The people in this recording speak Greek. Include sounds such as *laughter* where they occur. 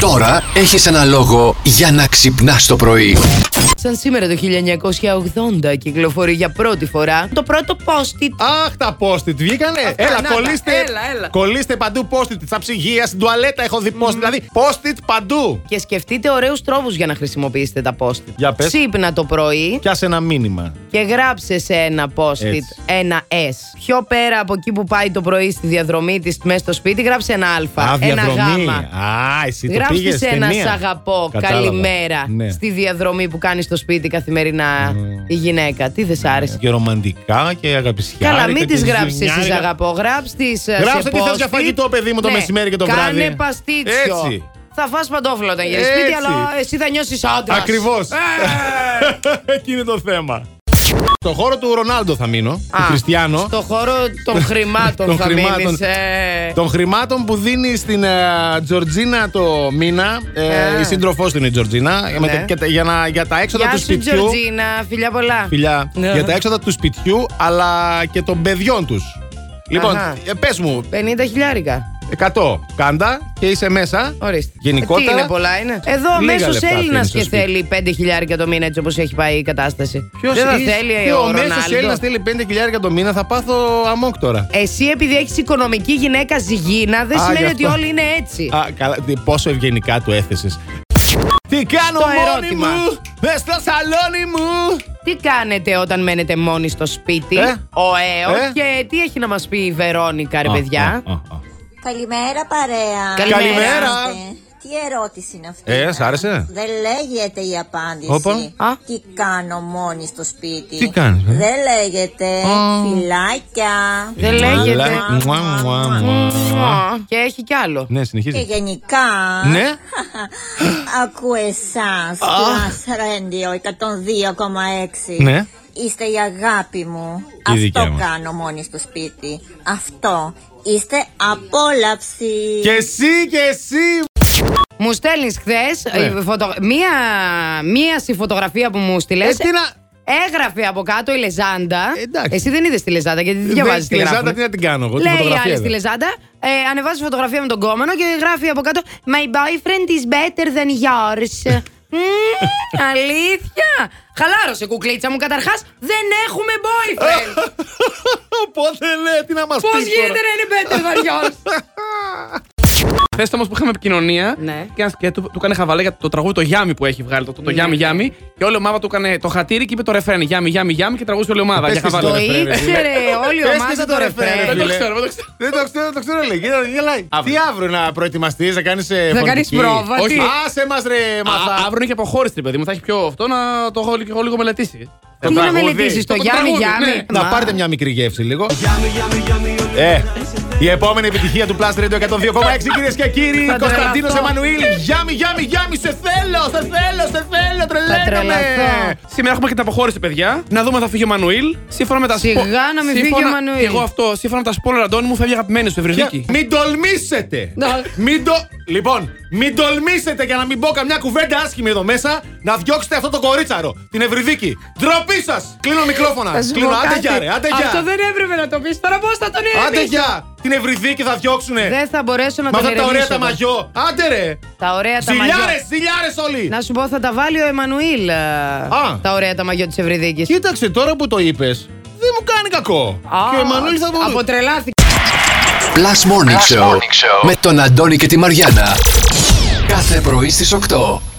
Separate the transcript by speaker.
Speaker 1: Τώρα έχεις ένα λόγο για να ξυπνάς το πρωί.
Speaker 2: Σαν σήμερα το 1980 κυκλοφορεί για πρώτη φορά το πρώτο post-it.
Speaker 3: Αχ, τα post-it βγήκανε. έλα,
Speaker 2: να τα.
Speaker 3: κολλήστε.
Speaker 2: Έλα, έλα.
Speaker 3: Κολλήστε παντού post-it. Στα ψυγεία, στην τουαλέτα έχω δει post-it. Δηλαδή, post-it παντού.
Speaker 2: Και σκεφτείτε ωραίους τρόπους για να χρησιμοποιήσετε τα post-it.
Speaker 3: Για πες.
Speaker 2: Ξύπνα το πρωί
Speaker 3: Πιάσε ένα μήνυμα.
Speaker 2: και γράψε σε ένα post-it
Speaker 3: Έτσι.
Speaker 2: ένα S. Πιο πέρα από εκεί που πάει το πρωί στη διαδρομή της μέσα στο σπίτι, γράψε ένα Α, ένα
Speaker 3: διαδρομή.
Speaker 2: Γ.
Speaker 3: Α, εσύ το
Speaker 2: Γράψτε
Speaker 3: πήγες
Speaker 2: σε ένα
Speaker 3: ταινία.
Speaker 2: σ' αγαπώ,
Speaker 3: Κατάλαβα.
Speaker 2: καλημέρα
Speaker 3: Ναι.
Speaker 2: στη διαδρομή που κάνει στο σπίτι καθημερινά η γυναίκα. Τι δεν σ' άρεσε.
Speaker 3: Και ρομαντικά και αγαπησιά.
Speaker 2: Καλά, μην τις γράψεις εσύ, αγαπώ. Γράψ ε, τι.
Speaker 3: Γράψε τι θες για φαγητό, παιδί μου, το μεσημέρι και το βράδυ.
Speaker 2: Ναι. Κάνε παστίτσιο.
Speaker 3: Έτσι.
Speaker 2: Θα φας παντόφλα όταν γυρίσεις σπίτι,
Speaker 3: Έτσι.
Speaker 2: αλλά εσύ θα Ε. νιώσεις άντρας.
Speaker 3: Ακριβώς. *laughs* Εκεί είναι το θέμα. Στο χώρο του Ρονάλντο θα μείνω. Του Χριστιανό.
Speaker 2: Στο χώρο
Speaker 3: *laughs*
Speaker 2: των χρημάτων
Speaker 3: Των
Speaker 2: θα
Speaker 3: χρημάτων.
Speaker 2: μείνεις, ε.
Speaker 3: Των χρημάτων που δίνει στην ε, Τζορτζίνα το μήνα. ε,
Speaker 2: Ε.
Speaker 3: η σύντροφός του είναι η Τζορτζίνα. ε, με
Speaker 2: Ναι.
Speaker 3: το- και τα- για, να, για τα έξοδα
Speaker 2: Γεια
Speaker 3: του
Speaker 2: σου,
Speaker 3: σπιτιού.
Speaker 2: Τζορτζίνα. Φιλιά πολλά.
Speaker 3: Φιλιά.
Speaker 2: Ναι.
Speaker 3: Για τα έξοδα του σπιτιού, αλλά και των παιδιών τους. Λοιπόν,
Speaker 2: Αχα.
Speaker 3: ε, πες μου,
Speaker 2: 50 χιλιάρικα.
Speaker 3: 100 κάντα και είσαι μέσα.
Speaker 2: Ορίστε.
Speaker 3: Γενικότερα.
Speaker 2: Ε, τι είναι πολλά, είναι. Εδώ
Speaker 3: Λίγα
Speaker 2: μέσο
Speaker 3: λεφτά
Speaker 2: Έλληνα
Speaker 3: αφήνεις στο
Speaker 2: και
Speaker 3: σπίτι.
Speaker 2: θέλει 5 χιλιάρικα το μήνα έτσι όπως έχει πάει η κατάσταση.
Speaker 3: Ποιος
Speaker 2: Δεν θα
Speaker 3: είσαι-
Speaker 2: θέλει
Speaker 3: και
Speaker 2: ο,
Speaker 3: ο μέσος Έλληνα
Speaker 2: Ρονάλντο.
Speaker 3: θέλει 5.000 το μήνα, θα πάθω αμόκ τώρα.
Speaker 2: Εσύ επειδή έχεις οικονομική γυναίκα ζυγίνα, δεν
Speaker 3: Α,
Speaker 2: σημαίνει
Speaker 3: γι'
Speaker 2: ότι
Speaker 3: αυτό.
Speaker 2: όλοι είναι έτσι.
Speaker 3: Α, καλά, τι- πόσο ευγενικά του έθεσες. Τι κάνω
Speaker 2: Το
Speaker 3: μόνη
Speaker 2: ερώτημα.
Speaker 3: μου, δες στο σαλόνι μου.
Speaker 2: Τι κάνετε όταν μένετε μόνοι στο σπίτι,
Speaker 3: Ε?
Speaker 2: ο ΑΕΟ,
Speaker 3: Ε?
Speaker 2: και τι έχει να μας πει η Βερόνικα, ρε
Speaker 3: Α,
Speaker 2: παιδιά.
Speaker 3: α, α, α.
Speaker 4: Καλημέρα παρέα.
Speaker 2: Καλημέρα. Καλημέρα.
Speaker 4: Τι ερώτηση είναι αυτή.
Speaker 3: Ε, σ' άρεσε?
Speaker 4: Δεν λέγεται η απάντηση.
Speaker 3: Όπα.
Speaker 2: Α.
Speaker 4: Τι κάνω μόνη στο σπίτι.
Speaker 3: Τι κάνεις, ε?
Speaker 4: Δεν λέγεται. Φιλάκια.
Speaker 2: Δεν λέγεται.
Speaker 3: Λα- μουα, μουα, μουα.
Speaker 2: Μουα. Και έχει κι άλλο.
Speaker 3: Ναι,
Speaker 4: Και
Speaker 3: συνεχίζει.
Speaker 4: γενικά.
Speaker 3: Ναι.
Speaker 4: Ακούω εσά. Plus Radio 102,6.
Speaker 3: Ναι.
Speaker 4: Είστε η αγάπη μου.
Speaker 3: Η δικιά
Speaker 4: Αυτό
Speaker 3: μας.
Speaker 4: κάνω μόνη στο σπίτι. Αυτό. Είστε απόλαυση.
Speaker 3: Και εσύ και εσύ.
Speaker 2: Μου στέλνεις χθες
Speaker 3: Ναι.
Speaker 2: μία, μία στη φωτογραφία που μου στείλες.
Speaker 3: Ε, τι να-
Speaker 2: Έγραφε από κάτω η Λεζάντα.
Speaker 3: Ε, εντάξει.
Speaker 2: Εσύ δεν είδες τη Λεζάντα γιατί δεν
Speaker 3: Δεν,
Speaker 2: διαβάζει
Speaker 3: τη
Speaker 2: τη
Speaker 3: Λεζάντα τι να την κάνω εγώ, τη
Speaker 2: Λέει η
Speaker 3: φωτογραφία
Speaker 2: άλλη
Speaker 3: εδώ.
Speaker 2: στη Λεζάντα, ε, ανεβάζει φωτογραφία με τον κόμενο και γράφει από κάτω My boyfriend is better than
Speaker 3: *laughs*
Speaker 2: yours. Μμμ, αλήθεια! Χαλάρωσε κουκλίτσα μου. Καταρχάς, δεν έχουμε boyfriend.
Speaker 3: Πότε λέει, *laughs* τι να μας πεις.
Speaker 2: Πώς γίνεται να είναι better
Speaker 3: *laughs*
Speaker 2: than yours.
Speaker 5: Χθε όμως που είχαμε επικοινωνία
Speaker 2: Ναι.
Speaker 5: και, ένας- και του, του έκανε χαβαλέ για το τραγούδι το Γιάμι που έχει βγάλει. Το, το, το
Speaker 2: Ναι.
Speaker 5: Γιάμι Γιάμι. Και όλη η ομάδα του έκανε το χατήρι και είπε το ρεφρέν. Γιάμι Γιάμι Γιάμι και τραγούδισε όλη η ομάδα.
Speaker 3: Πες
Speaker 5: Για
Speaker 3: της
Speaker 5: χαβαλέ.
Speaker 2: το
Speaker 3: ρεφρέν, ρε, φίλε.
Speaker 2: ήξερε όλη η
Speaker 3: Πες
Speaker 2: ομάδα
Speaker 3: της
Speaker 2: το
Speaker 3: το ρεφρέν,
Speaker 2: ρεφρέν.
Speaker 3: ρε,
Speaker 5: Δεν το
Speaker 3: φίλε.
Speaker 5: ξέρω, δεν το ξέρω.
Speaker 3: Δεν το ξέρω, δεν το ξέρω, λέει. Γελάει, γελάει.
Speaker 5: Αύριο.
Speaker 3: Τι αύριο να προετοιμαστείς, να κάνεις.
Speaker 2: Θα κάνεις πρόβα, τι.
Speaker 3: Άσε μας ρε,
Speaker 5: Α,
Speaker 3: μαθά.
Speaker 5: Αύριο είναι και αποχώρηση, ρε παιδί μου. Θα έχει πιο αυτό να το έχω, λίγο- έχω λίγο μελετήσει.
Speaker 2: Τι να
Speaker 3: τραγούδι.
Speaker 2: μελετήσεις το
Speaker 5: Το
Speaker 2: Γιάννη
Speaker 5: τραγούδι,
Speaker 2: Γιάννη.
Speaker 5: ναι.
Speaker 3: Να
Speaker 2: Μα.
Speaker 3: πάρετε μια μικρή γεύση λίγο. Ε, η επόμενη επιτυχία του Plus Radio 102,6 κυρίες και κύριοι.
Speaker 2: Θα
Speaker 3: Κωνσταντίνο
Speaker 2: τρελαθώ.
Speaker 3: Εμμανουήλ. Γιάμι, γιάμι, γιάμι, σε θέλω, σε θέλω, σε θέλω, τρελαίνομαι.
Speaker 2: τρελαθώ.
Speaker 5: Σήμερα έχουμε και την αποχώρηση, παιδιά. Να δούμε αν θα φύγει ο Μανουήλ. Σύμφωνα με τα σπο-
Speaker 2: Σιγά να μην
Speaker 5: σύμφωνα-
Speaker 2: φύγει ο Μανουήλ.
Speaker 5: Εγώ αυτό, σύμφωνα με τα σπόλερ Αντώνη μου, φεύγει αγαπημένη σου, Ευρυδίκη.
Speaker 3: Και Μην τολμήσετε!
Speaker 2: Να.
Speaker 3: Μην το... Λοιπόν, μην τολμήσετε για να μην πω καμιά κουβέντα άσχημη εδώ μέσα να διώξετε αυτό το κορίτσαρο, την Ευρυδίκη. Ντροπή σας! Κλείνω μικρόφωνα.
Speaker 2: Θα σου πω
Speaker 3: Κλείνω, άντε
Speaker 2: κάτι.
Speaker 3: γεια, ρε, άντε
Speaker 2: Αυτό
Speaker 3: γεια.
Speaker 2: δεν έπρεπε να το πεις. Τώρα πώς θα τον
Speaker 3: Άντε
Speaker 2: ηρεμήσω.
Speaker 3: γεια! Την Ευρυδίκη θα διώξουνε.
Speaker 2: Δεν θα μπορέσω να
Speaker 3: Με
Speaker 2: τον
Speaker 3: αυτά τα ωραία
Speaker 2: ηρεμήσω.
Speaker 3: τα
Speaker 2: εγώ.
Speaker 3: μαγιό. Άντε ρε!
Speaker 2: Τα ωραία τα μαγιό.
Speaker 3: Ζηλιάρες, ζηλιάρες όλοι!
Speaker 2: Να σου πω, θα τα βάλει ο Εμμανουήλ ε,
Speaker 3: Α.
Speaker 2: τα ωραία τα μαγιό της Ευρυδίκης.
Speaker 3: Κοίταξε τώρα που το είπες, δεν μου κάνει κακό. Και ο Μανώλης θα μπορούσε.
Speaker 2: Αποτρελάθηκε.
Speaker 1: Plus Morning, Show, με τον Αντώνη και τη Μαριάνα. Κάθε πρωί στις 8.